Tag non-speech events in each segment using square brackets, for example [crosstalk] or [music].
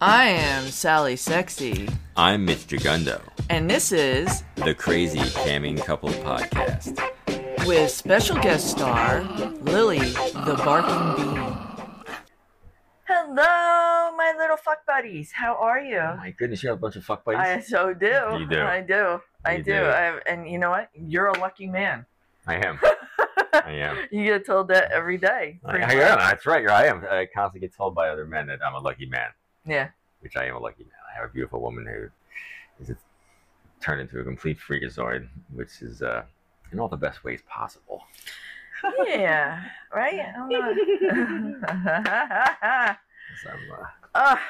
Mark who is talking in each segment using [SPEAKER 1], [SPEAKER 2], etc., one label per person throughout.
[SPEAKER 1] I am Sally Sexy,
[SPEAKER 2] I'm Mitch Gigundo,
[SPEAKER 1] and this is
[SPEAKER 2] the Crazy Camming Couple Podcast.
[SPEAKER 1] with special guest star Lily the Barking Bean. Hello, my little fuck buddies. How are you?
[SPEAKER 2] my goodness, you have a bunch of fuck
[SPEAKER 1] I so do.
[SPEAKER 2] You do.
[SPEAKER 1] I do. I
[SPEAKER 2] You
[SPEAKER 1] do.
[SPEAKER 2] do.
[SPEAKER 1] I, and you know what? You're a lucky man.
[SPEAKER 2] I
[SPEAKER 1] [laughs]
[SPEAKER 2] am. I am.
[SPEAKER 1] You get told that every day.
[SPEAKER 2] I,
[SPEAKER 1] pretty
[SPEAKER 2] I
[SPEAKER 1] much.
[SPEAKER 2] am. That's right. I am. I constantly get told by other men that I'm a lucky man,
[SPEAKER 1] Yeah.
[SPEAKER 2] which I am a lucky man. I have a beautiful woman who is a, turned into a complete freakazoid, which is uh, in all the best ways possible.
[SPEAKER 1] Yeah. [laughs] Right? I do
[SPEAKER 2] 'Cause I'm, uh,
[SPEAKER 1] [laughs] Ah,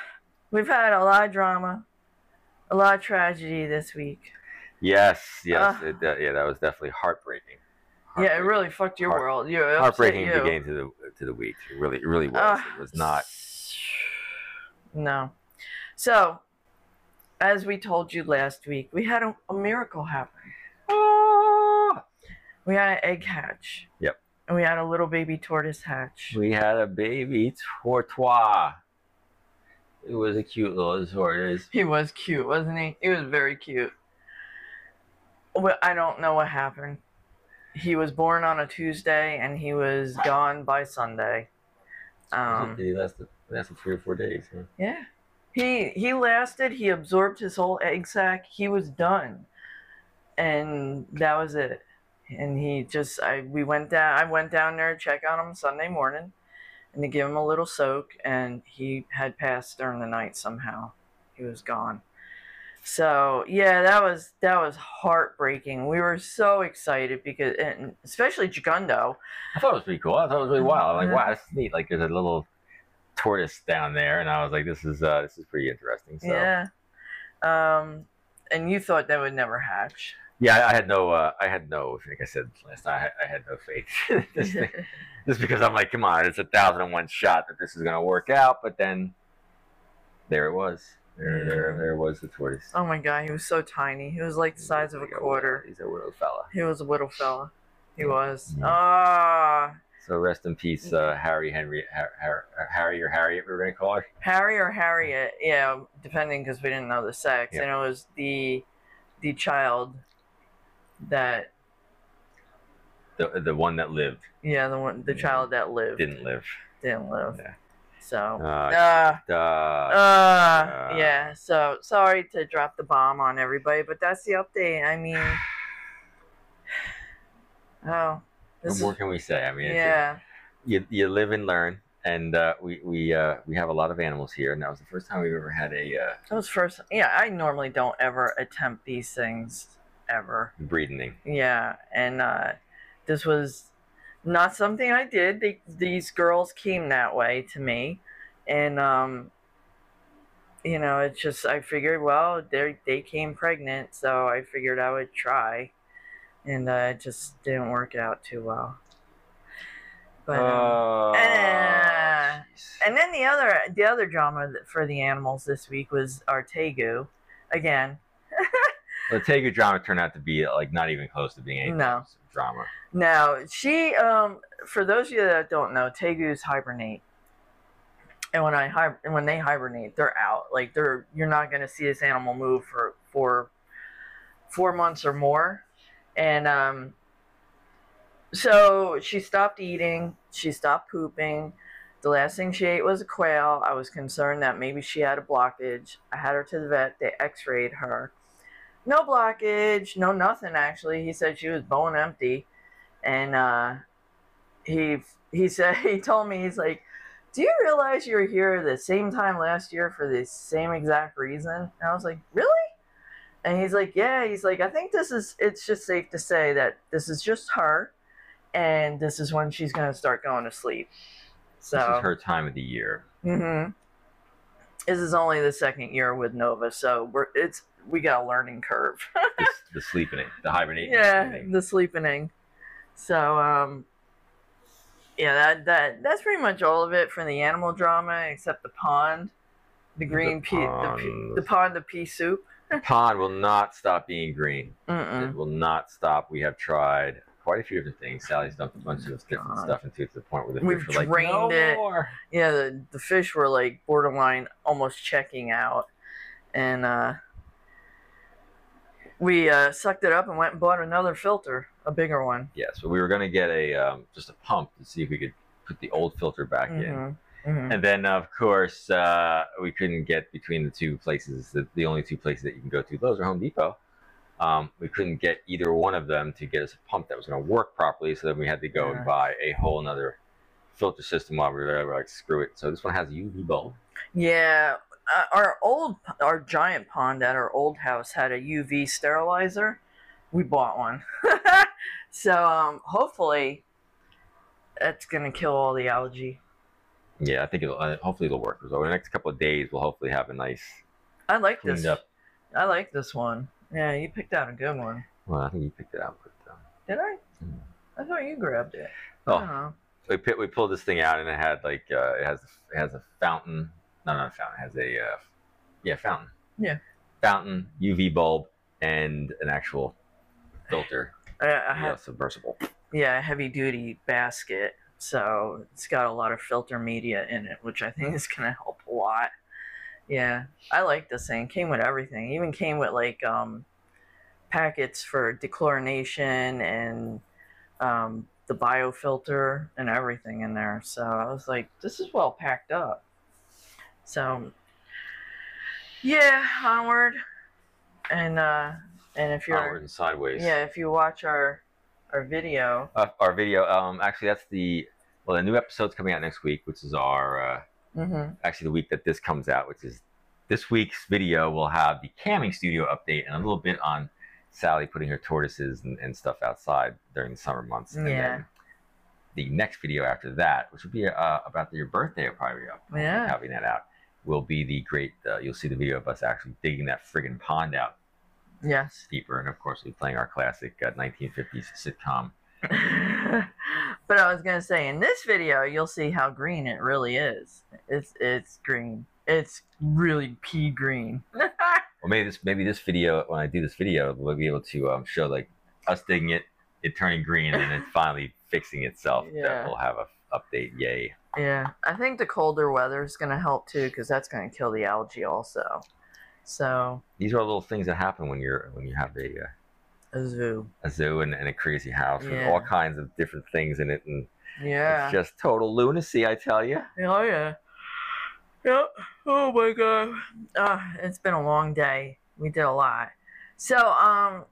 [SPEAKER 1] we've had a lot of drama, a lot of tragedy this week.
[SPEAKER 2] yes, yes.
[SPEAKER 1] Ah.
[SPEAKER 2] it, uh, yeah, that was definitely heartbreaking.
[SPEAKER 1] Yeah, it really
[SPEAKER 2] Heartbreaking.
[SPEAKER 1] fucked your
[SPEAKER 2] Heart-
[SPEAKER 1] world. You it upset
[SPEAKER 2] heartbreaking
[SPEAKER 1] you.
[SPEAKER 2] beginning to the to the week. It really, it really was.
[SPEAKER 1] Ah,
[SPEAKER 2] it was not.
[SPEAKER 1] [sighs] No. So, as we told you last week, we had a, a miracle happen.
[SPEAKER 2] Ah!
[SPEAKER 1] We had an egg hatch.
[SPEAKER 2] Yep.
[SPEAKER 1] And we had a little baby tortoise hatch.
[SPEAKER 2] We had a baby tortoise. It was a cute little tortoise.
[SPEAKER 1] He was cute, wasn't he? He was very cute. Well, I don't know what happened. He was born on a Tuesday and he was gone by Sunday. Um,
[SPEAKER 2] it lasted, lasted three or four days. huh?
[SPEAKER 1] yeah. He he lasted, he absorbed his whole egg sac. He was done. And that was it. And he just I we went down I went down there to check on him Sunday morning and to give him a little soak and he had passed during the night somehow. He was gone. So yeah, that was that was heartbreaking. We were so excited because and especially Jugundo.
[SPEAKER 2] I thought it was pretty cool. I thought it was really wild. I'm like,
[SPEAKER 1] Yeah.
[SPEAKER 2] wow, this is neat. Like, there's a little tortoise down there, and I was like, this is uh, this is pretty interesting. So, yeah,
[SPEAKER 1] Yeah. Um and you thought that would never hatch.
[SPEAKER 2] I, I had no, uh, I had no. Like I said last night, I had, I had no faith. [laughs] this thing. Just because I'm like, come on, it's a thousand and one shot that this is gonna work out. But then, there it was. There, there, there was the tortoise.
[SPEAKER 1] Oh my god, he was so tiny. He was like the size of a
[SPEAKER 2] He's little-
[SPEAKER 1] quarter.
[SPEAKER 2] He's a little fella.
[SPEAKER 1] He was a little fella. He was.
[SPEAKER 2] Yeah.
[SPEAKER 1] Ah,
[SPEAKER 2] So rest in peace, uh, Harry Henry, Har- Har- Harry or Harriet, we're gonna call her.
[SPEAKER 1] Harry or Harriet? Yeah, depending because we didn't know the sex,
[SPEAKER 2] Yeah.
[SPEAKER 1] and it was the the child that
[SPEAKER 2] The the one that lived
[SPEAKER 1] yeah the one the
[SPEAKER 2] Yeah.
[SPEAKER 1] child that lived
[SPEAKER 2] didn't live.
[SPEAKER 1] didn't live.
[SPEAKER 2] Yeah.
[SPEAKER 1] So
[SPEAKER 2] Uh,
[SPEAKER 1] ah
[SPEAKER 2] uh,
[SPEAKER 1] ah
[SPEAKER 2] uh,
[SPEAKER 1] yeah. So sorry to drop the bomb on everybody, but that's the update. I mean, [sighs] oh, this
[SPEAKER 2] what
[SPEAKER 1] is,
[SPEAKER 2] more can we say? I mean, it's-
[SPEAKER 1] yeah,
[SPEAKER 2] you you live and learn, and uh, we we uh, we have a lot of animals here, and that was the first time we've ever had a uh,
[SPEAKER 1] Those first, yeah, I normally don't ever attempt these things ever.
[SPEAKER 2] breeding.
[SPEAKER 1] Yeah, and uh, this was not something I did. They, these girls came that way to me, and um, you know, it's just I figured, well, they they came pregnant, so I figured I would try, and uh, it just didn't work out too well. But um,
[SPEAKER 2] Oh,
[SPEAKER 1] eh,
[SPEAKER 2] jeez.
[SPEAKER 1] and then the other the other drama that- for the animals this week was our Tegu. Again,
[SPEAKER 2] the Tegu drama turned out to be like not even close to being any
[SPEAKER 1] No.
[SPEAKER 2] type of drama.
[SPEAKER 1] now she um for those of you that don't know, Tegus hibernate. And when I hi- and when they hibernate, they're out. Like they're you're not going to see this animal move for for four months or more. And um so she stopped eating, she stopped pooping. The last thing she ate was a quail. I was concerned that maybe she had a blockage. I had her to the vet. They x-rayed her. No blockage, no nothing actually. He said she was bone empty. And uh he he said [laughs] he told me he's like, "Do you realize you were here the same time last year for the same exact reason?" And I was like, "Really?" And he's like, "Yeah." He's like, "I think this is. It's just safe to say that this is just her, and this is when she's gonna start going to sleep." So
[SPEAKER 2] This is her time of the
[SPEAKER 1] [laughs]
[SPEAKER 2] year.
[SPEAKER 1] hmm This is only the second year with Nova, so we're it's we got a learning curve.
[SPEAKER 2] The, the sleeping, it, the hibernating.
[SPEAKER 1] yeah,
[SPEAKER 2] sleeping.
[SPEAKER 1] the sleepening. So um, yeah, that that that's pretty much all of it for the animal drama, except the pond, the green pea, the, pea- the
[SPEAKER 2] ponds.
[SPEAKER 1] pond of pea soup.
[SPEAKER 2] The pond will not stop being green.
[SPEAKER 1] Mm-mm.
[SPEAKER 2] It will not stop. We have tried. quite a few different things. Sally's dumped a bunch of different
[SPEAKER 1] God.
[SPEAKER 2] stuff into it to the point where the
[SPEAKER 1] We've
[SPEAKER 2] fish were like,
[SPEAKER 1] drained
[SPEAKER 2] no
[SPEAKER 1] it."
[SPEAKER 2] more.
[SPEAKER 1] yeah, the, the fish were like borderline almost checking out. And uh, we uh, sucked it up and went and bought another filter, a bigger one.
[SPEAKER 2] Yeah, so we were gonna get a um, just a pump to see if we could put the old filter back in.
[SPEAKER 1] Mhm, mhm.
[SPEAKER 2] And then, of course, uh, we couldn't get between the two places. The, the only two places that you can go to, those are Home Depot. Um, we couldn't get either one of them to get us a pump that was going to work properly. So then we had to go
[SPEAKER 1] Yeah.
[SPEAKER 2] and buy a whole another filter system while we were there. We're like, screw it. So this one has a UV bulb.
[SPEAKER 1] Yeah, uh, our old, our giant pond at our old house had a UV sterilizer. We bought one, [laughs] so um, hopefully, that's gonna kill all the algae.
[SPEAKER 2] Yeah, I think it'll uh, hopefully it'll work. So over the next couple of days, we'll hopefully have a nice
[SPEAKER 1] I like
[SPEAKER 2] cleaned
[SPEAKER 1] this.
[SPEAKER 2] up.
[SPEAKER 1] I like this one. Yeah, you picked out a good one.
[SPEAKER 2] Well, I think you picked it out. But, um,
[SPEAKER 1] Did I?
[SPEAKER 2] Mm.
[SPEAKER 1] I thought you grabbed it. I don't
[SPEAKER 2] oh,
[SPEAKER 1] know.
[SPEAKER 2] we pi- we pulled this thing out and it had like uh, it has it has a fountain. No, not a fountain. It has a uh, yeah fountain.
[SPEAKER 1] Yeah.
[SPEAKER 2] Fountain, UV bulb, and an actual filter.
[SPEAKER 1] I, [sighs] I
[SPEAKER 2] Yeah,
[SPEAKER 1] have,
[SPEAKER 2] submersible.
[SPEAKER 1] yeah, a heavy duty basket, so it's got a lot of filter media in it, which I think is [laughs] gonna help a lot. Yeah, I like this thing. Came with everything. Even came with like um, packets for dechlorination and um, the biofilter and everything in there. So I was like, this is well packed up. So yeah, onward. And uh, and if you're
[SPEAKER 2] Outward and sideways.
[SPEAKER 1] yeah, if you watch our our video,
[SPEAKER 2] Uh, our video. Um, actually, that's the well, the new episode's coming out next week, which is our uh,
[SPEAKER 1] mm-hmm.
[SPEAKER 2] actually the week that this comes out, which is this week's video. We'll have the camming studio update and a little bit on Sally putting her tortoises and, and stuff outside during the summer months. And
[SPEAKER 1] Yeah.
[SPEAKER 2] then the next video after that, which will be uh, about your birthday, probably up. I'll be
[SPEAKER 1] Yeah.
[SPEAKER 2] Having that out will be the great. Uh, you'll see the video of us actually digging that friggin' pond out
[SPEAKER 1] yes, [laughs]
[SPEAKER 2] deeper, and of course we'll be playing our classic uh, 1950s sitcom.
[SPEAKER 1] but I was gonna say in this video, you'll see how green it really is. It's it's green. It's really pea green. [laughs]
[SPEAKER 2] Well, maybe this maybe this video when I do this video, we'll be able to um, show like us digging it, it turning green,
[SPEAKER 1] [laughs]
[SPEAKER 2] and it finally fixing itself.
[SPEAKER 1] Yeah.
[SPEAKER 2] That we'll have a f- update. Yay!
[SPEAKER 1] yeah, I think the colder weather is gonna help too, because that's gonna kill the algae also. So
[SPEAKER 2] These are little things that happen when you're when you have a uh,
[SPEAKER 1] a zoo.
[SPEAKER 2] a zoo and, and a crazy house with
[SPEAKER 1] Yeah.
[SPEAKER 2] all kinds of different things in it, and
[SPEAKER 1] Yeah.
[SPEAKER 2] it's just total lunacy, I tell you.
[SPEAKER 1] Oh yeah. Yep. Oh my god. Uh, it's been a long day. We did a lot. So um,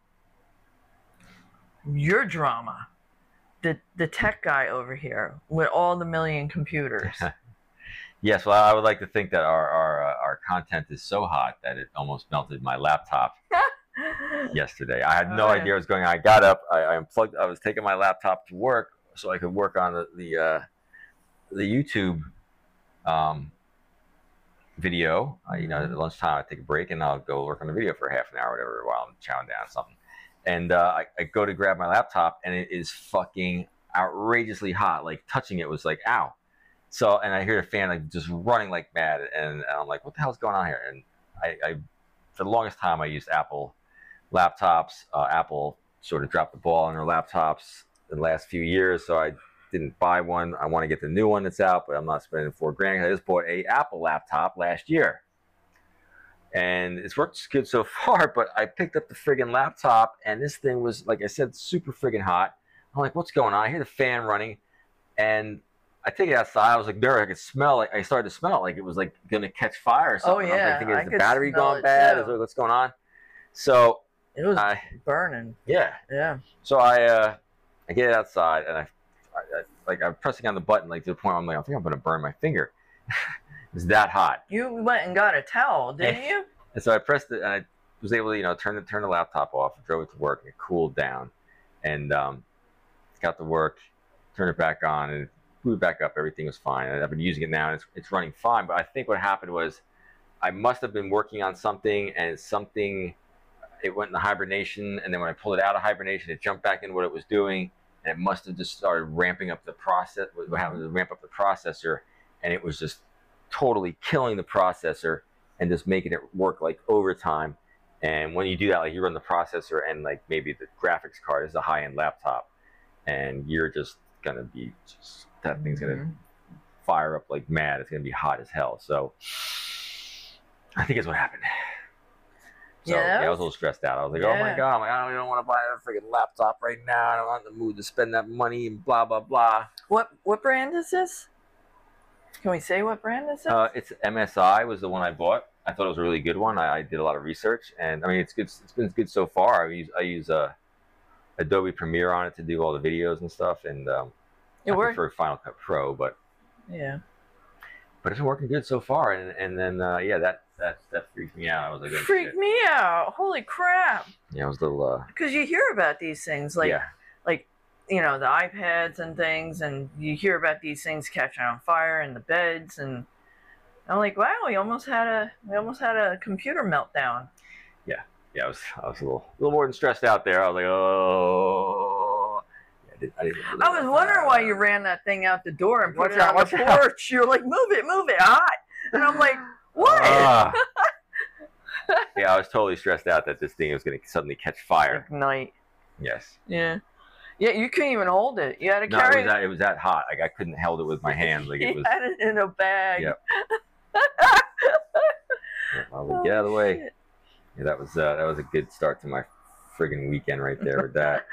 [SPEAKER 1] your drama, the the tech guy over here with all the million
[SPEAKER 2] [laughs]
[SPEAKER 1] computers.
[SPEAKER 2] Yes, well, I would like to think that our our, uh, our content is so hot that it almost melted my laptop yesterday. I had no
[SPEAKER 1] Oh, yeah.
[SPEAKER 2] idea what was going on. I got up, I, I unplugged, I was taking my laptop to work so I could work on the the, uh, the YouTube um, video. Uh, you know, at lunchtime I take a break and I'll go work on the video for half an hour, whatever, while I'm chowing down something. And uh, I, I go to grab my laptop and it is fucking outrageously hot. Like touching it was like ow. So and I hear the fan like just running like mad, and, and I'm like, what the hell's going on here? And I, I for the longest time I used Apple laptops. Uh, Apple sort of dropped the ball on their laptops in the last few years, so I didn't buy one. I want to get the new one that's out, but I'm not spending four grand. I just bought a Apple laptop last year, and it's worked good so [laughs] far. But I picked up the friggin' laptop, and this thing was like I said, super friggin' hot. I'm like, what's going on? I hear the fan running, and I take it outside. I was like, there, I could smell it. I started to smell it like it was like gonna catch fire or something. I was
[SPEAKER 1] Oh, yeah,
[SPEAKER 2] like, thinking,
[SPEAKER 1] I
[SPEAKER 2] is the
[SPEAKER 1] could
[SPEAKER 2] battery
[SPEAKER 1] smell
[SPEAKER 2] gone
[SPEAKER 1] it
[SPEAKER 2] bad?
[SPEAKER 1] too.
[SPEAKER 2] Is it- what's going on? So
[SPEAKER 1] it was
[SPEAKER 2] I
[SPEAKER 1] burning.
[SPEAKER 2] yeah.
[SPEAKER 1] Yeah.
[SPEAKER 2] So I uh, I get it outside and I, I, I like I'm pressing on the button like to the point where I'm like I think I'm gonna burn my finger. [laughs] it's that hot.
[SPEAKER 1] You went and got a towel, didn't you?
[SPEAKER 2] And so I pressed it and I was able to you know turn the turn the laptop off, drove it to work, and it cooled down, and um, got to work, turned it back on, and it blew back up. Everything was fine. And I've been using it now and it's it's running fine. But I think what happened was I must have been working on something and something it went into hibernation and then when I pulled it out of hibernation it jumped back into what it was doing and it must have just started ramping up the process what what happened to ramp up the processor and it was just totally killing the processor and just making it work like overtime and when you do that like you run the processor and like maybe the graphics card this is a high end laptop and you're just gonna be just that thing's
[SPEAKER 1] Mm-hmm.
[SPEAKER 2] gonna fire up like mad. It's gonna be hot as hell. So I think it's what happened. So
[SPEAKER 1] Yeah,
[SPEAKER 2] yeah,
[SPEAKER 1] that
[SPEAKER 2] I was a little stressed out. I was like, oh
[SPEAKER 1] Yeah.
[SPEAKER 2] my god, I'm like, I don't even want to buy a freaking laptop right now. I don't want the mood to spend that money and blah blah blah.
[SPEAKER 1] What what brand is this? Can we say what brand this is?
[SPEAKER 2] Uh, it's MSI was the one I bought. I thought it was a really good one. I, I did a lot of research, and I mean, it's good. It's been good so far. I use I use uh, Adobe Premiere on it to do all the videos and stuff, and um,
[SPEAKER 1] it
[SPEAKER 2] I
[SPEAKER 1] worked.
[SPEAKER 2] prefer Final Cut Pro, but
[SPEAKER 1] Yeah.
[SPEAKER 2] but it's been working good so far. And and then uh, yeah, that that that freaked me out. I was like, oh,
[SPEAKER 1] Freak
[SPEAKER 2] shit.
[SPEAKER 1] me out. Holy crap.
[SPEAKER 2] yeah, I was a little uh,
[SPEAKER 1] Because you hear about these things like
[SPEAKER 2] yeah,
[SPEAKER 1] you know, the iPads and things, and you hear about these things catching on fire and the beds, and I'm like, wow, we almost had a we almost had a computer meltdown.
[SPEAKER 2] yeah. I was I was a little a little more than stressed out there. I was like, oh. Yeah, I, did, I, didn't
[SPEAKER 1] I was wondering why you ran that thing out the door and put
[SPEAKER 2] Watch
[SPEAKER 1] it
[SPEAKER 2] out,
[SPEAKER 1] on the
[SPEAKER 2] watch out.
[SPEAKER 1] porch. You're like, move it, move it, hot, and I'm like, what?
[SPEAKER 2] Ah. yeah, I was totally stressed out that this thing was going to suddenly catch fire.
[SPEAKER 1] Ignite.
[SPEAKER 2] Yes.
[SPEAKER 1] Yeah. Yeah, you couldn't even hold it. You had to
[SPEAKER 2] No, it
[SPEAKER 1] carry
[SPEAKER 2] was, that, it was that hot. Like I couldn't held it with my hand. Like it
[SPEAKER 1] you
[SPEAKER 2] was.
[SPEAKER 1] had it in a bag.
[SPEAKER 2] Yep. I was like, get out of the way.
[SPEAKER 1] Oh, Shit.
[SPEAKER 2] Yeah, that was uh, that was a good start to my friggin' weekend right there
[SPEAKER 1] [laughs]
[SPEAKER 2] with that.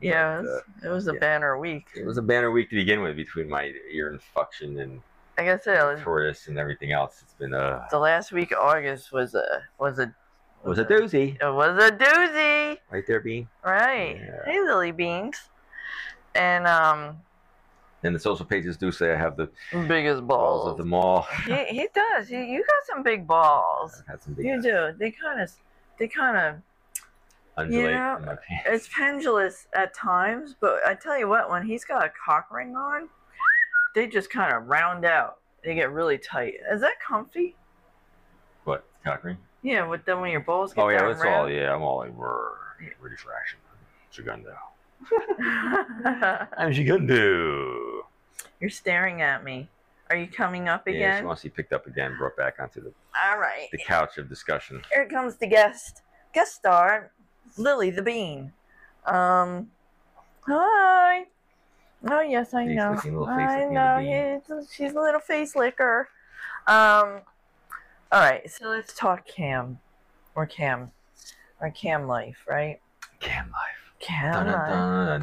[SPEAKER 1] Yeah, it
[SPEAKER 2] But,
[SPEAKER 1] was, it was a
[SPEAKER 2] yeah.
[SPEAKER 1] banner week.
[SPEAKER 2] It was a banner week to begin with between my ear infection and
[SPEAKER 1] Like I said, it was
[SPEAKER 2] tortoise and everything else. It's been uh,
[SPEAKER 1] the last week of August was a was a
[SPEAKER 2] it was a doozy
[SPEAKER 1] It was a doozy,
[SPEAKER 2] right there, Bean.
[SPEAKER 1] right?
[SPEAKER 2] Yeah.
[SPEAKER 1] Hey, Lily Beans, and um,
[SPEAKER 2] And the social pages do say I have the
[SPEAKER 1] biggest
[SPEAKER 2] balls
[SPEAKER 1] balls.
[SPEAKER 2] of them all. [laughs]
[SPEAKER 1] he he does. You you got some big balls.
[SPEAKER 2] I've had some big
[SPEAKER 1] You do. They kind of they kind of
[SPEAKER 2] undulate
[SPEAKER 1] know,
[SPEAKER 2] in my pants.
[SPEAKER 1] it's pendulous at times, but I tell you what, when he's got a cock ring on, they just kind of round out. They get really tight. Is that comfy?
[SPEAKER 2] What Cochrane?
[SPEAKER 1] Yeah, with then when your balls get
[SPEAKER 2] Oh yeah,
[SPEAKER 1] down
[SPEAKER 2] that's all. Yeah, I'm all like, we're ready for action. What you gonna do?
[SPEAKER 1] round.
[SPEAKER 2] What you gonna do?
[SPEAKER 1] [laughs] You're staring at me. Are you coming up
[SPEAKER 2] Yeah,
[SPEAKER 1] again?
[SPEAKER 2] she wants to be picked up again, brought back onto the,
[SPEAKER 1] all right.
[SPEAKER 2] the couch of discussion.
[SPEAKER 1] here comes the guest guest star lily the bean um hi oh yes i
[SPEAKER 2] Face
[SPEAKER 1] know
[SPEAKER 2] licking, little face
[SPEAKER 1] i
[SPEAKER 2] licking
[SPEAKER 1] know
[SPEAKER 2] the bean.
[SPEAKER 1] he's- she's a little face licker um all right so let's talk cam or cam or cam life right
[SPEAKER 2] Cam life.
[SPEAKER 1] cam
[SPEAKER 2] Dun,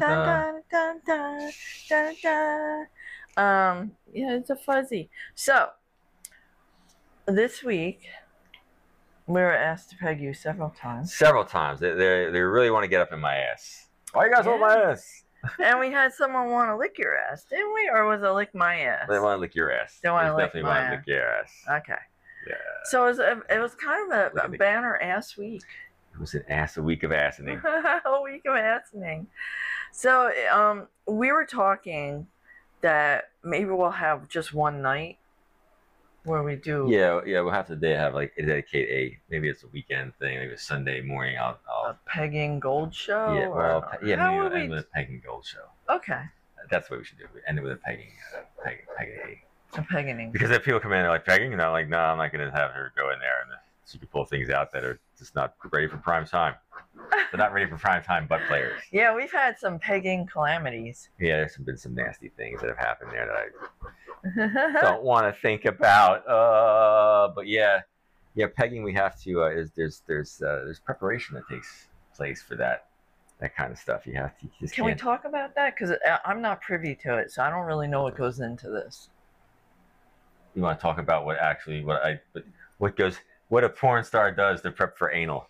[SPEAKER 1] life
[SPEAKER 2] dun, dun,
[SPEAKER 1] dun,
[SPEAKER 2] dun.
[SPEAKER 1] dun, dun, dun, dun, dun. Um, yeah, it's a fuzzy. So, this week, we were asked to peg you several
[SPEAKER 2] [laughs]
[SPEAKER 1] times,
[SPEAKER 2] Several times. They, they, they really want to get up in my ass. Why you guys want
[SPEAKER 1] Yeah.
[SPEAKER 2] my ass?
[SPEAKER 1] and we had someone want to lick your ass, didn't we? Or was it lick my ass?
[SPEAKER 2] They want to lick your ass.
[SPEAKER 1] They wanna lick my
[SPEAKER 2] definitely want
[SPEAKER 1] ass.
[SPEAKER 2] to lick your ass.
[SPEAKER 1] Okay.
[SPEAKER 2] Yeah.
[SPEAKER 1] So it was, a, it was kind of
[SPEAKER 2] Look
[SPEAKER 1] a,
[SPEAKER 2] at
[SPEAKER 1] a
[SPEAKER 2] me.
[SPEAKER 1] banner ass week.
[SPEAKER 2] It was an ass a week of assing.
[SPEAKER 1] [laughs] a week of assing. So um, we were talking that maybe we'll have just one night where we do
[SPEAKER 2] [laughs] yeah, yeah. We'll have to they have like dedicate a maybe it's a weekend thing. Maybe it's Sunday morning. I'll, I'll
[SPEAKER 1] a pegging gold show.
[SPEAKER 2] yeah, well,
[SPEAKER 1] or-
[SPEAKER 2] pe- yeah.
[SPEAKER 1] Oh. How
[SPEAKER 2] Maybe
[SPEAKER 1] would
[SPEAKER 2] we'll
[SPEAKER 1] we-
[SPEAKER 2] end with a pegging gold show.
[SPEAKER 1] Okay,
[SPEAKER 2] That's what we should do. We end it with a pegging, uh, pegging, pegging. eight.
[SPEAKER 1] a pegging.
[SPEAKER 2] Because if people come in, they're like pegging, and I'm like, no, I'm not gonna have her go in there and she can pull things out that are just not ready for prime time. They're not ready for prime time, butt [laughs] players.
[SPEAKER 1] Yeah, we've had some pegging calamities. [laughs]
[SPEAKER 2] Yeah, there's been some nasty things that have happened there that I don't want to think about. Uh, but yeah, yeah, pegging. We have to. Uh, is there's there's uh, there's preparation that takes place for that that kind of stuff. You have to. You just
[SPEAKER 1] Can we
[SPEAKER 2] can't.
[SPEAKER 1] talk about that? Because I'm not privy to it, so I don't really know what goes into this.
[SPEAKER 2] you want to talk about what actually what I what, what goes what a porn star does to prep
[SPEAKER 1] [laughs]
[SPEAKER 2] for anal.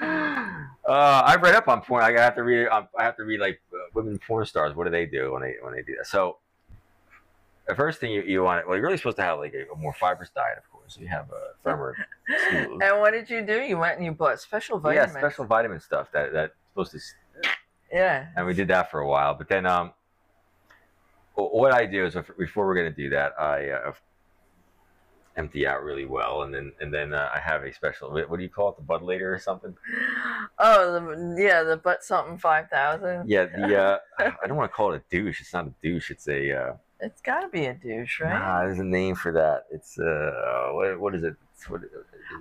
[SPEAKER 2] Uh, I've read up on porn. I have to read. um, I have to read like uh, women porn stars. What do they do when they when they do that? So, the first thing you, you want, well, you're really supposed to have like a, more fibrous diet, of course. You have a firmer,
[SPEAKER 1] [laughs]
[SPEAKER 2] smooth.
[SPEAKER 1] And what did you do? You went and you bought special
[SPEAKER 2] yeah,
[SPEAKER 1] vitamins.
[SPEAKER 2] special vitamin stuff that that's supposed to s-
[SPEAKER 1] Yeah.
[SPEAKER 2] and we did that for a while. But then, um, wh- what I do is if- before we're gonna do that, I uh, empty out really well, and then and then uh, I have a special. What what do you call it? The bud later or something?
[SPEAKER 1] Oh, the, yeah, the butt something five thousand.
[SPEAKER 2] Yeah. The uh, I don't want to call it a douche. It's not a douche. It's a uh,
[SPEAKER 1] It's got to be a douche, right?
[SPEAKER 2] nah. There's a name for that. It's uh, what, what is it? It's what,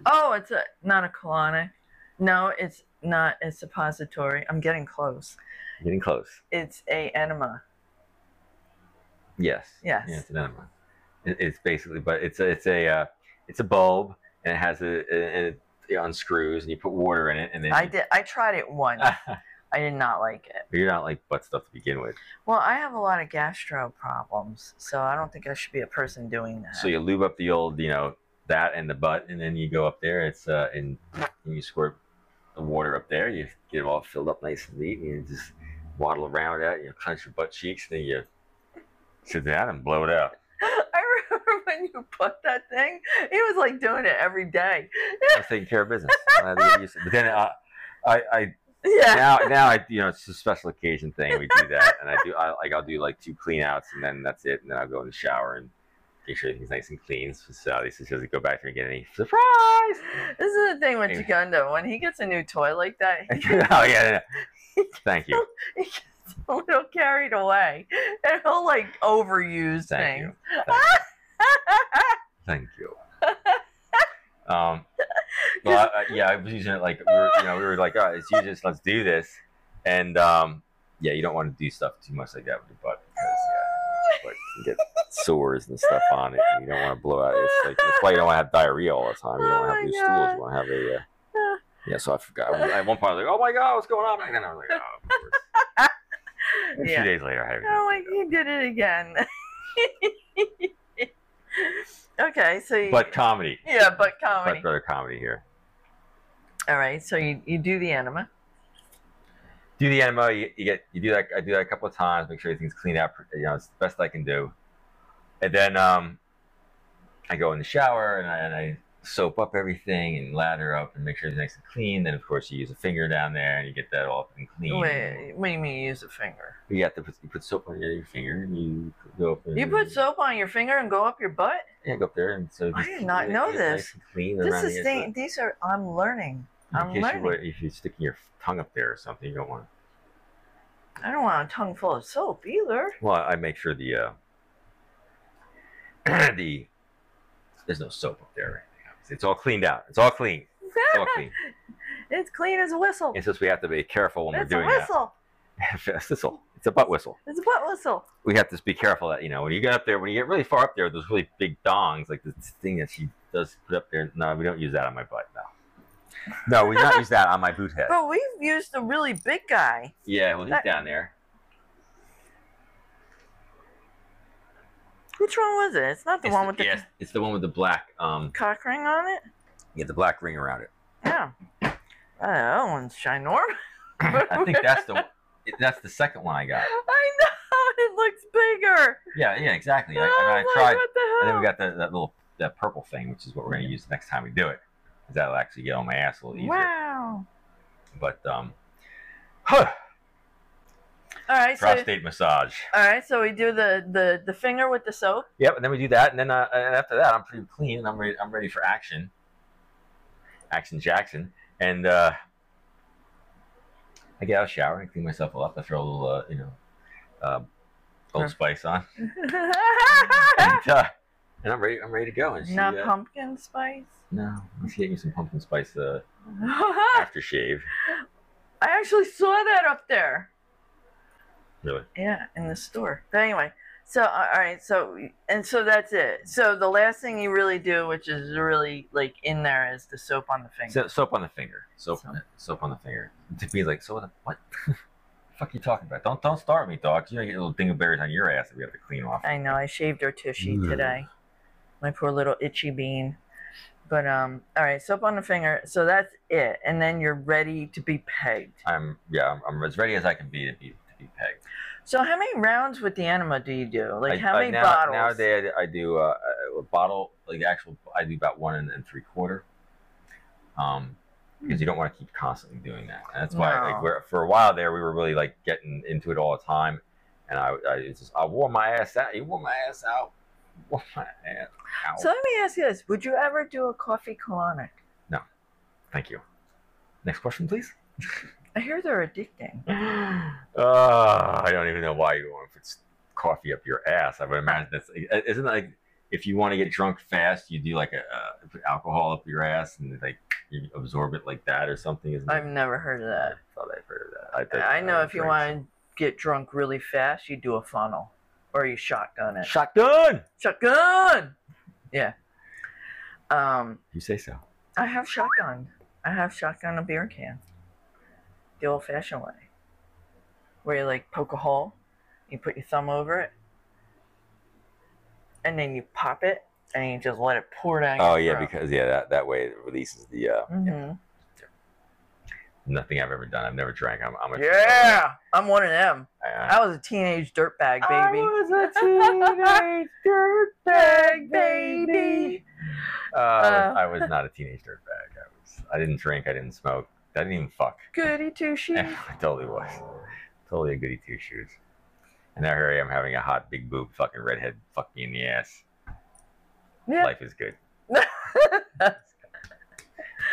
[SPEAKER 1] Oh, it's a, not a colonic. No, it's not a suppository. I'm getting close.
[SPEAKER 2] Getting close.
[SPEAKER 1] It's a enema.
[SPEAKER 2] Yes.
[SPEAKER 1] Yes.
[SPEAKER 2] Yeah, it's an enema. It, it's basically, but it's a, it's a, uh, it's a bulb, and it has a, and it, it unscrews, and you put water in it, and then
[SPEAKER 1] I
[SPEAKER 2] you- [laughs]
[SPEAKER 1] did. I tried it once.
[SPEAKER 2] Ah.
[SPEAKER 1] I did not like it.
[SPEAKER 2] you're not like butt stuff to begin with.
[SPEAKER 1] Well, I have a lot of gastro problems, so I don't think I should be a person doing that.
[SPEAKER 2] So you lube up the old, you know, that and the butt, and then you go up there. It's uh, and, and you squirt the water up there. You get it all filled up nice and neat, and you just waddle around with that. You clench your butt cheeks, and then you sit down and blow it out.
[SPEAKER 1] [laughs] I remember [laughs] when you put that thing, he was like doing it every day. [laughs]
[SPEAKER 2] I was taking care of business. I had to get used to it. But then I, I, I
[SPEAKER 1] Yeah.
[SPEAKER 2] now now I you know it's a special occasion thing. We do that, and I do I like I'll do like two clean outs, and then that's it. And then I'll go in the shower and make sure everything's nice and clean, so Sally so she doesn't go back there and get any surprise. [laughs] Oh,
[SPEAKER 1] This is the thing with
[SPEAKER 2] Anyway.
[SPEAKER 1] Jugunda. When he gets a new toy like that,
[SPEAKER 2] oh yeah, yeah, yeah. thank you,
[SPEAKER 1] [laughs] he gets a little carried away and he'll like overuse
[SPEAKER 2] thank
[SPEAKER 1] things.
[SPEAKER 2] you, thank you, thank
[SPEAKER 1] [laughs]
[SPEAKER 2] you. Um, well, I, I- yeah, I was using it like we were, you know we were like, all right, it's you just let's do this, and um, yeah, you don't want to do stuff too much like that with your butt because yeah. like you get
[SPEAKER 1] [laughs]
[SPEAKER 2] sores and stuff on it. And you don't want to blow out. It's like that's why you don't want to have diarrhea all the time. You don't
[SPEAKER 1] Oh
[SPEAKER 2] want to
[SPEAKER 1] my
[SPEAKER 2] have loose
[SPEAKER 1] God.
[SPEAKER 2] stools. You want to have a uh,
[SPEAKER 1] [sighs]
[SPEAKER 2] yeah. So I forgot. At one point, I was like, "Oh my god, what's going on?" And then I was like, "Oh, of
[SPEAKER 1] [laughs]
[SPEAKER 2] course." A few
[SPEAKER 1] yeah.
[SPEAKER 2] days later, I
[SPEAKER 1] Oh,
[SPEAKER 2] had
[SPEAKER 1] like he did it again. [laughs] okay, so you,
[SPEAKER 2] it. But comedy,
[SPEAKER 1] yeah, but
[SPEAKER 2] but
[SPEAKER 1] comedy.
[SPEAKER 2] brother comedy here.
[SPEAKER 1] All right, so you, you do the enema.
[SPEAKER 2] Do the enema. You, you get you do that. I do that a couple of times. Make sure everything's cleaned out. You know, it's the best I can do. And then um, I go in the shower and I, and I soap up everything and lather up and make sure it's nice and clean. Then of course you use a finger down there and you get that all up and clean.
[SPEAKER 1] Wait, what do you mean you use a finger?
[SPEAKER 2] You have to put you put soap on your finger and you go up. And,
[SPEAKER 1] You put soap on your finger and go up your butt?
[SPEAKER 2] Yeah, go up there and so.
[SPEAKER 1] I
[SPEAKER 2] just
[SPEAKER 1] did
[SPEAKER 2] keep
[SPEAKER 1] not
[SPEAKER 2] it-
[SPEAKER 1] know
[SPEAKER 2] it's nice
[SPEAKER 1] this.
[SPEAKER 2] and clean
[SPEAKER 1] This
[SPEAKER 2] around
[SPEAKER 1] is
[SPEAKER 2] the
[SPEAKER 1] thing, these are I'm learning.
[SPEAKER 2] outside.
[SPEAKER 1] I'm
[SPEAKER 2] In case you
[SPEAKER 1] learning.
[SPEAKER 2] were, if you're sticking your tongue up there or something, you don't want.
[SPEAKER 1] I don't want a tongue full of soap either.
[SPEAKER 2] Well, I make sure the uh, [clears throat] the there's no soap up there. or anything, obviously. It's all cleaned out. It's all clean. It's all
[SPEAKER 1] [laughs]
[SPEAKER 2] clean.
[SPEAKER 1] it's clean as a whistle.
[SPEAKER 2] It's just we have to be careful when
[SPEAKER 1] It's
[SPEAKER 2] we're
[SPEAKER 1] a
[SPEAKER 2] doing that.
[SPEAKER 1] whistle.
[SPEAKER 2] [laughs] it's a whistle. It's a butt whistle.
[SPEAKER 1] It's a butt whistle.
[SPEAKER 2] we have to just be careful that you know when you get up there when you get really far up there with those really big dongs like this thing that she does put up there no we don't use that on my butt no no we not use that on my boot
[SPEAKER 1] [laughs]
[SPEAKER 2] head
[SPEAKER 1] But we've used the really big guy.
[SPEAKER 2] yeah well he's
[SPEAKER 1] That-
[SPEAKER 2] down there
[SPEAKER 1] Which one was it? It's not the
[SPEAKER 2] it's
[SPEAKER 1] one with the
[SPEAKER 2] yes, it's the one with the black um
[SPEAKER 1] cock ring on it?
[SPEAKER 2] yeah the black ring around it [laughs]
[SPEAKER 1] Yeah. Oh, that one's ginormous. [laughs]
[SPEAKER 2] i think that's the it- that's the second one i got
[SPEAKER 1] I know it looks bigger.
[SPEAKER 2] yeah yeah exactly I,
[SPEAKER 1] Oh,
[SPEAKER 2] I, I
[SPEAKER 1] my-
[SPEAKER 2] tried
[SPEAKER 1] what the hell?
[SPEAKER 2] and then we got the, that little that purple thing which is what we're going to use next time we do it 'cause that'll actually get on my ass a little easier
[SPEAKER 1] wow.
[SPEAKER 2] but um huh,
[SPEAKER 1] All right, so
[SPEAKER 2] prostate massage
[SPEAKER 1] all right, so we do the the the finger with the
[SPEAKER 2] [laughs]
[SPEAKER 1] soap.
[SPEAKER 2] Yep, and then we do that, and then uh, and after that, I'm pretty clean, and I'm ready. I'm ready for action. Action Jackson, and uh, I get out of the shower and clean myself up. I throw a little, uh, you know, uh, Old
[SPEAKER 1] Huh.
[SPEAKER 2] Spice
[SPEAKER 1] [laughs]
[SPEAKER 2] on,
[SPEAKER 1] Not
[SPEAKER 2] and, uh, and I'm ready. I'm ready to go. And she, uh,
[SPEAKER 1] pumpkin spice. [laughs]
[SPEAKER 2] no, she gave me some pumpkin spice uh,
[SPEAKER 1] I
[SPEAKER 2] aftershave.
[SPEAKER 1] actually saw that up there.
[SPEAKER 2] Really,
[SPEAKER 1] Yeah, in the store. But anyway, so uh, all right, so and so that's it. So the last thing you really do, which is really like in there, is the soap on the finger.
[SPEAKER 2] so, soap on the finger. Soap,
[SPEAKER 1] Soap.
[SPEAKER 2] soap on the finger. To be like, so what? the- What? [laughs] fuck you talking about? Don't don't start me, dog. You're gonna get little dingleberries on your ass that we have to clean off.
[SPEAKER 1] I know I shaved her tushy
[SPEAKER 2] Ugh.
[SPEAKER 1] today. My poor little itchy bean. But um, all right, soap on the finger. So that's it, and then you're ready to be pegged.
[SPEAKER 2] I'm yeah, I'm, I'm as ready as I can be to be to be pegged.
[SPEAKER 1] So how many rounds with the enema do you do? Like
[SPEAKER 2] I-
[SPEAKER 1] how
[SPEAKER 2] I-
[SPEAKER 1] many
[SPEAKER 2] uh, now,
[SPEAKER 1] bottles?
[SPEAKER 2] Nowadays, I do uh, a bottle, like actual. I do about one and, and three quarter. Um, because you don't want to keep constantly doing that. And that's why,
[SPEAKER 1] No.
[SPEAKER 2] like, we're, for a while there, we were really like getting into it all the time, and I, I it's just I wore my ass out. You wore my ass out. Wore my ass out.
[SPEAKER 1] So let me ask you this: Would you ever do a coffee colonic?
[SPEAKER 2] Thank you. Next question, please.
[SPEAKER 1] I hear they're addicting.
[SPEAKER 2] Uh, I don't even know why you want to put s- coffee up your ass. I would imagine that's isn't it like if you want to get drunk fast, you do like a, uh put alcohol up your ass and like you absorb it like that or something. Isn't
[SPEAKER 1] I've
[SPEAKER 2] it?
[SPEAKER 1] never heard of that.
[SPEAKER 2] thought I've heard of that. I, bet-
[SPEAKER 1] I know
[SPEAKER 2] don't
[SPEAKER 1] if you
[SPEAKER 2] drink.
[SPEAKER 1] want to get drunk really fast, you do a funnel or you shotgun it.
[SPEAKER 2] shotgun.
[SPEAKER 1] Shotgun. Yeah. Um,
[SPEAKER 2] You say so.
[SPEAKER 1] I have shotgun. I have shotgun a beer can. The old fashioned way. Where you like poke a hole, you put your thumb over it, and then you pop it, and you just let it pour down.
[SPEAKER 2] Oh yeah, because yeah, that, that way it releases the uh,
[SPEAKER 1] hmm
[SPEAKER 2] nothing I've ever done. I've never drank. I'm, I'm a
[SPEAKER 1] Yeah, I'm one of them.
[SPEAKER 2] I, I-
[SPEAKER 1] I was a teenage dirtbag baby.
[SPEAKER 2] was a teenage
[SPEAKER 1] [laughs]
[SPEAKER 2] dirtbag
[SPEAKER 1] baby.
[SPEAKER 2] Uh, I
[SPEAKER 1] Uh.
[SPEAKER 2] was- I was not a teenage dirtbag. I was. I didn't drink. I didn't smoke. I didn't even fuck. [laughs]
[SPEAKER 1] Goody two shoes.
[SPEAKER 2] I totally was. Totally a goody two shoes. And now here I am having a hot big boob fucking redhead fuck me in the ass.
[SPEAKER 1] Yeah.
[SPEAKER 2] Life is good.
[SPEAKER 1] [laughs]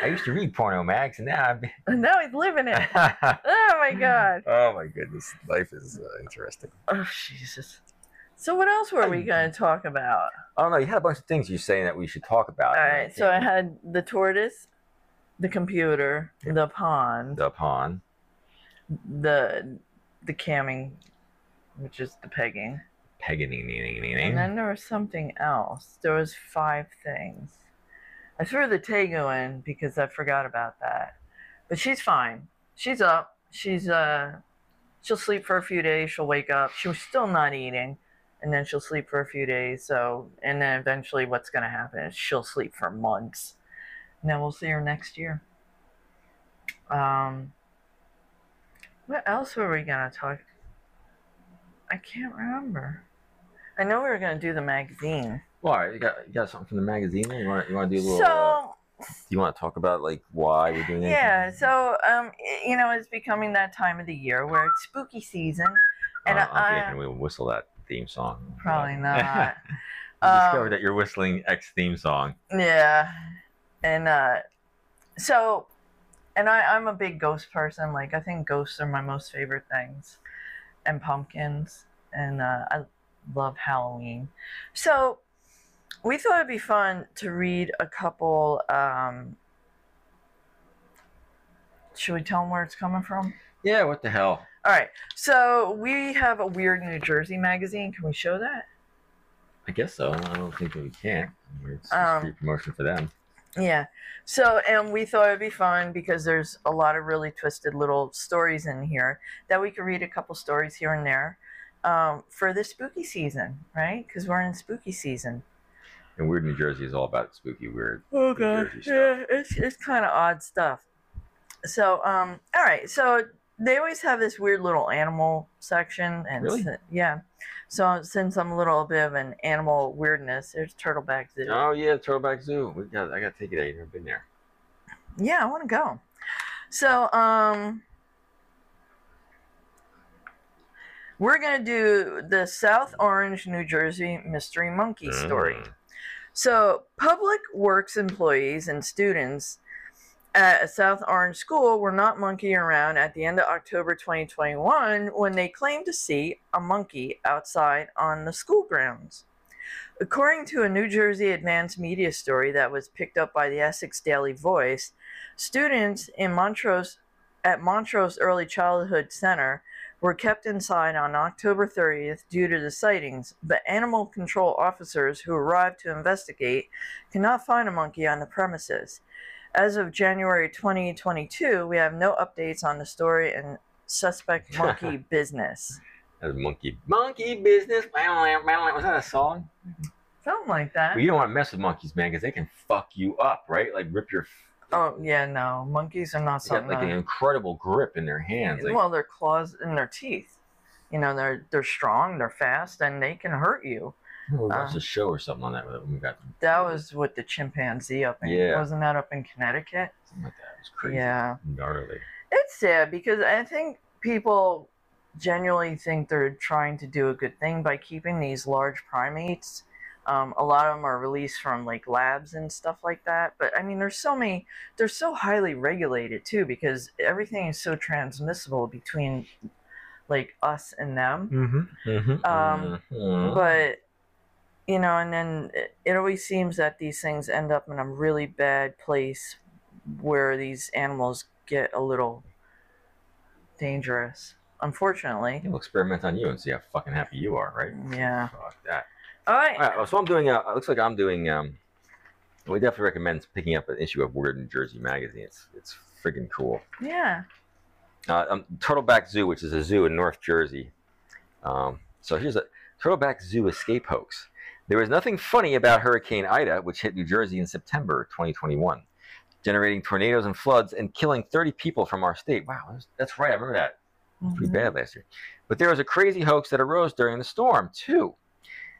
[SPEAKER 2] I used to read porno mags, and now
[SPEAKER 1] [laughs]
[SPEAKER 2] I'm.
[SPEAKER 1] now he's living it. Oh [laughs] my god.
[SPEAKER 2] [laughs] Oh my goodness, life is uh, interesting.
[SPEAKER 1] Oh Jesus. Um, So what else were we gonna talk about?
[SPEAKER 2] Oh no, you had a bunch of things you saying that we should talk about.
[SPEAKER 1] All
[SPEAKER 2] and
[SPEAKER 1] right. So I
[SPEAKER 2] can't-
[SPEAKER 1] had the tortoise, the computer, the pond,
[SPEAKER 2] the pawn,
[SPEAKER 1] the the camming, which is the pegging, and
[SPEAKER 2] Paganini.
[SPEAKER 1] then there was something else. There was five things. I threw the Tego in because I forgot about that, but she's fine. She's up. She's uh, she'll sleep for a few days. She'll wake up. She was still not eating, and then she'll sleep for a few days. So, and then eventually, what's gonna happen is she'll sleep for months, and then we'll see her next year. Um, what else were we gonna talk? I can't remember. I know we were gonna do the magazine.
[SPEAKER 2] Why you got you got something from the magazine? there? You want you want to do a little? uh,
[SPEAKER 1] So
[SPEAKER 2] do you want to talk about like why we're doing it?
[SPEAKER 1] Yeah, so um, i- you know, it's becoming that time of the year where it's spooky season. and
[SPEAKER 2] uh, I'm
[SPEAKER 1] I-
[SPEAKER 2] thinking we will whistle that theme song. [laughs]
[SPEAKER 1] Probably not.
[SPEAKER 2] We discovered
[SPEAKER 1] Um,
[SPEAKER 2] that you're whistling X theme song.
[SPEAKER 1] yeah, and uh, so, and I, I'm a big ghost person. Like I think ghosts are my most favorite things, and pumpkins, and uh, I love Halloween. So, we thought it'd be fun to read a couple. Um, should we tell them where it's coming from?
[SPEAKER 2] Yeah, what the hell?
[SPEAKER 1] All right. So we have a weird New Jersey magazine. Can we show that?
[SPEAKER 2] I guess so. I don't think that we can. It's, it's
[SPEAKER 1] Um,
[SPEAKER 2] free promotion for them.
[SPEAKER 1] Yeah. So, and we thought it'd be fun because there's a lot of really twisted little stories in here that we could read a couple stories here and there um, for the spooky season, right? Because we're in spooky season.
[SPEAKER 2] And Weird New Jersey is all about spooky weird.
[SPEAKER 1] Oh
[SPEAKER 2] God.
[SPEAKER 1] god,
[SPEAKER 2] Jersey
[SPEAKER 1] yeah, it's it's kind of odd stuff. So, um, all right, so they always have this weird little animal section, and
[SPEAKER 2] Really?
[SPEAKER 1] si- yeah, so since I'm a little bit of an animal weirdness, there's Turtleback Zoo.
[SPEAKER 2] Oh yeah, Throwback Zoo. We got. I got to take you there. You've never been there.
[SPEAKER 1] Yeah, I want to go. So, um, we're gonna do the South Orange, New Jersey mystery monkey story.
[SPEAKER 2] Mm.
[SPEAKER 1] So, public works employees and students at a South Orange school were not monkeying around at the end of October 2021 when they claimed to see a monkey outside on the school grounds. According to a New Jersey Advanced Media story that was picked up by the Essex Daily Voice, students in Montrose at Montrose Early Childhood Center were kept inside on October 30th due to the sightings, but animal control officers who arrived to investigate could not find a monkey on the premises. As of January 2022, we have no updates on the story and suspect
[SPEAKER 2] [laughs]
[SPEAKER 1] monkey business.
[SPEAKER 2] That's monkey. Monkey business. Was that a song?
[SPEAKER 1] Something like that.
[SPEAKER 2] Well, you don't want to mess with monkeys, man, because they can fuck you up, right? Like rip your.
[SPEAKER 1] Oh, yeah, no. Monkeys are not
[SPEAKER 2] They got
[SPEAKER 1] something.
[SPEAKER 2] like an
[SPEAKER 1] that-
[SPEAKER 2] incredible grip in their hands. Like,
[SPEAKER 1] well, their claws and their teeth. You know, they're, they're strong, they're fast, and they can hurt you.
[SPEAKER 2] we watched
[SPEAKER 1] uh,
[SPEAKER 2] a show or something on that when we got
[SPEAKER 1] That was with the chimpanzee up in
[SPEAKER 2] Yeah.
[SPEAKER 1] wasn't that up in Connecticut?
[SPEAKER 2] something like that. It was crazy.
[SPEAKER 1] Yeah.
[SPEAKER 2] Gnarly.
[SPEAKER 1] It's sad because I think people genuinely think they're trying to do a good thing by keeping these large primates. Um, a lot of them are released from like labs and stuff like that. But I mean, there's so many, they're so highly regulated too because everything is so transmissible between like us and them.
[SPEAKER 2] Mm-hmm. Mm-hmm.
[SPEAKER 1] Um, But you know, and then it, it always seems that these things end up in a really bad place where these animals get a little dangerous, unfortunately.
[SPEAKER 2] He'll experiment on you and see how fucking happy you are, right?
[SPEAKER 1] Yeah.
[SPEAKER 2] Fuck that.
[SPEAKER 1] All right.
[SPEAKER 2] All right, so I'm doing. Uh, it looks like I'm doing. Um, we definitely recommend picking up an issue of Weird New Jersey magazine. It's it's freaking cool.
[SPEAKER 1] Yeah.
[SPEAKER 2] Uh, um, Turtleback Zoo, which is a zoo in North Jersey. Um, so here's a Turtleback Zoo escape hoax. There was nothing funny about Hurricane Ida, which hit New Jersey in September 2021, generating tornadoes and floods and killing 30 people from our state. Wow, that's, that's right. I remember that. Pretty
[SPEAKER 1] Mhm.
[SPEAKER 2] bad last year. But there was a crazy hoax that arose during the storm, too.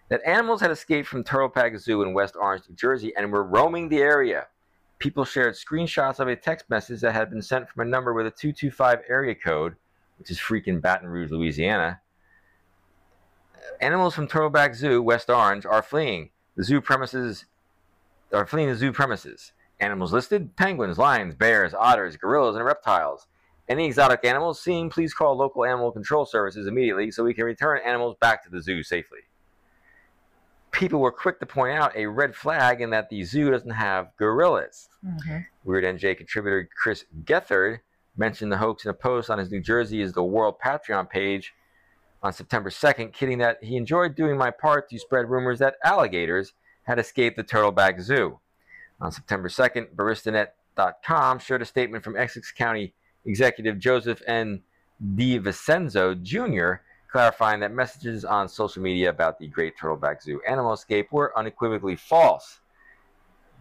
[SPEAKER 2] That animals had escaped from Turtlepack Zoo in West Orange, New Jersey, and were roaming the area. People shared screenshots of a text message that had been sent from a number with a 225 area code, which is freaking Baton Rouge, Louisiana. Animals from Turtleback Zoo, West Orange, are fleeing. The zoo premises are fleeing the zoo premises. Animals listed: penguins, lions, bears, otters, gorillas, and reptiles. Any exotic animals seen, please call local animal control services immediately so we can return animals back to the zoo safely. People were quick to point out a red flag in that the zoo doesn't have gorillas.
[SPEAKER 1] Mhm.
[SPEAKER 2] Weird NJ contributor Chris Gethard mentioned the hoax in a post on his New Jersey is the World Patreon page on September 2nd, kidding that he enjoyed doing my part to spread rumors that alligators had escaped the Turtleback Zoo. On September 2nd, baristanet.com shared a statement from Essex County Executive Joseph N. DiVincenzo Jr., clarifying that messages on social media about the Great Turtleback Zoo animal escape were unequivocally false.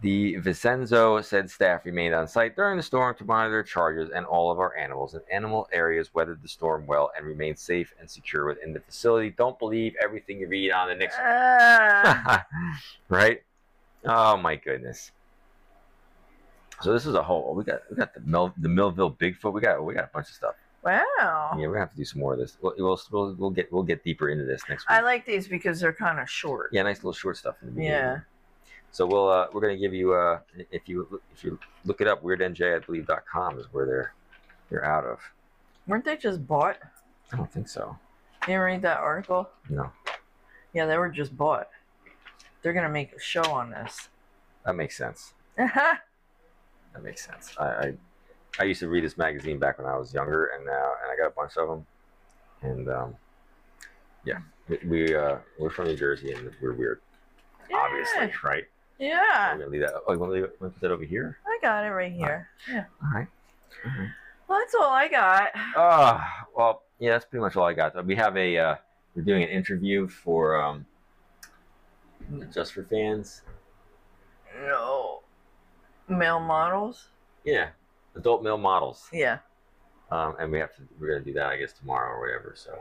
[SPEAKER 2] The Vincenzo said staff remained on site during the storm to monitor charges and all of our animals and animal areas weathered the storm well and remained safe and secure within the facility. Don't believe everything you read on the next
[SPEAKER 1] Ah.
[SPEAKER 2] [laughs] right? Oh my goodness. So this is a whole. We got we got the Mel, the Millville Bigfoot. We got we got a bunch of stuff.
[SPEAKER 1] wow.
[SPEAKER 2] Yeah, we're gonna have to do some more of this. We'll we'll we'll, we'll get we'll get deeper into this next week.
[SPEAKER 1] I like these because they're kind of short.
[SPEAKER 2] yeah, nice little short stuff in the beginning.
[SPEAKER 1] Yeah.
[SPEAKER 2] So we'll uh, we're gonna give you uh, if you if you look it up, weirdnj I believe dot com is where they're they're out of.
[SPEAKER 1] Weren't they just bought?
[SPEAKER 2] I don't think so.
[SPEAKER 1] You read that article?
[SPEAKER 2] No,
[SPEAKER 1] Yeah, they were just bought. They're gonna make a show on this. [laughs]
[SPEAKER 2] that makes sense. That makes sense. I, I I used to read this magazine back when I was younger, and now and I got a bunch of them. And um, yeah, we, we uh, we're from New Jersey, and we're weird, obviously, right? I'm
[SPEAKER 1] Yeah,
[SPEAKER 2] gonna leave that. Oh, you want to leave it, wanna put that over here?
[SPEAKER 1] I got it right here.
[SPEAKER 2] All right.
[SPEAKER 1] Well, that's all I got.
[SPEAKER 2] Uh, well, yeah, that's pretty much all I got. We have a uh, we're doing an interview for um, just for fans.
[SPEAKER 1] No. Male models?
[SPEAKER 2] Yeah, adult male models.
[SPEAKER 1] Yeah.
[SPEAKER 2] Um, and we have to we're gonna do that, I guess, tomorrow or whatever. So.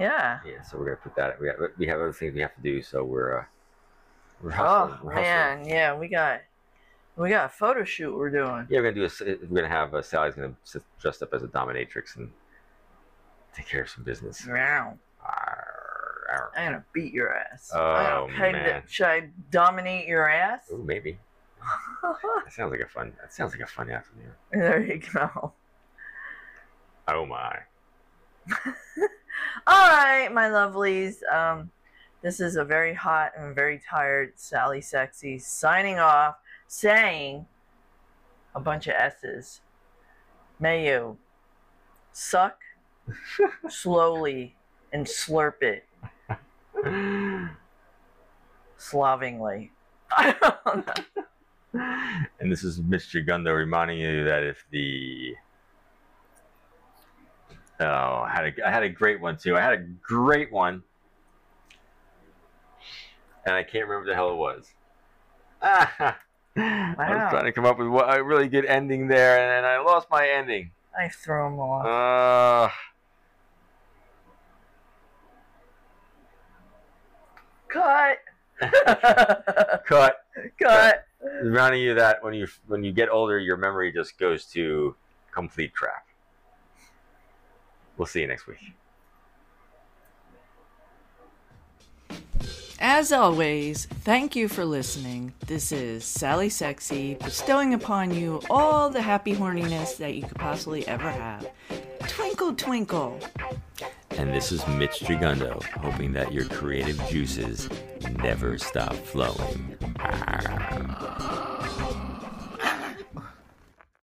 [SPEAKER 1] Yeah.
[SPEAKER 2] Yeah, so we're gonna put that. We have, we have other things we have to do, so we're uh, we're hustling.
[SPEAKER 1] Oh
[SPEAKER 2] we're hustling.
[SPEAKER 1] man, yeah, we got we got a photo shoot we're doing.
[SPEAKER 2] Yeah, we're gonna do. A, s- we're gonna have uh, Sally's gonna s dressed up as a dominatrix and take care of some business.
[SPEAKER 1] Wow.
[SPEAKER 2] Arr, arr.
[SPEAKER 1] I'm gonna beat your ass.
[SPEAKER 2] Oh,
[SPEAKER 1] I'm gonna-
[SPEAKER 2] man.
[SPEAKER 1] Should I dominate your ass?
[SPEAKER 2] Ooh, maybe that sounds like a fun. That sounds like a fun afternoon.
[SPEAKER 1] [laughs] there you go.
[SPEAKER 2] Oh my!
[SPEAKER 1] All right, my lovelies. Um, this is a very hot and very tired Sally Sexy signing off, saying a bunch of S's. May you suck slowly and slurp it
[SPEAKER 2] [laughs]
[SPEAKER 1] slovenly. [laughs] I don't know.
[SPEAKER 2] and this is Mr. Gundo reminding you that if the oh, I had a I had a great one too. I had a great one, and I can't remember the hell it was. [laughs] Ah, I
[SPEAKER 1] Wow.
[SPEAKER 2] was trying to come up with what, a really good ending there, and, I lost my ending.
[SPEAKER 1] I throw them off.
[SPEAKER 2] Uh,
[SPEAKER 1] Cut.
[SPEAKER 2] [laughs] cut.
[SPEAKER 1] [laughs] Cut.
[SPEAKER 2] Reminding you that when you when you get older, your memory just goes to complete crap. We'll see you next week.
[SPEAKER 1] As always, thank you for listening. This is Sally Sexy bestowing upon you all the happy horniness that you could possibly ever have. Twinkle, twinkle.
[SPEAKER 2] and this is Mitch Gigundo, hoping that your creative juices never stop flowing.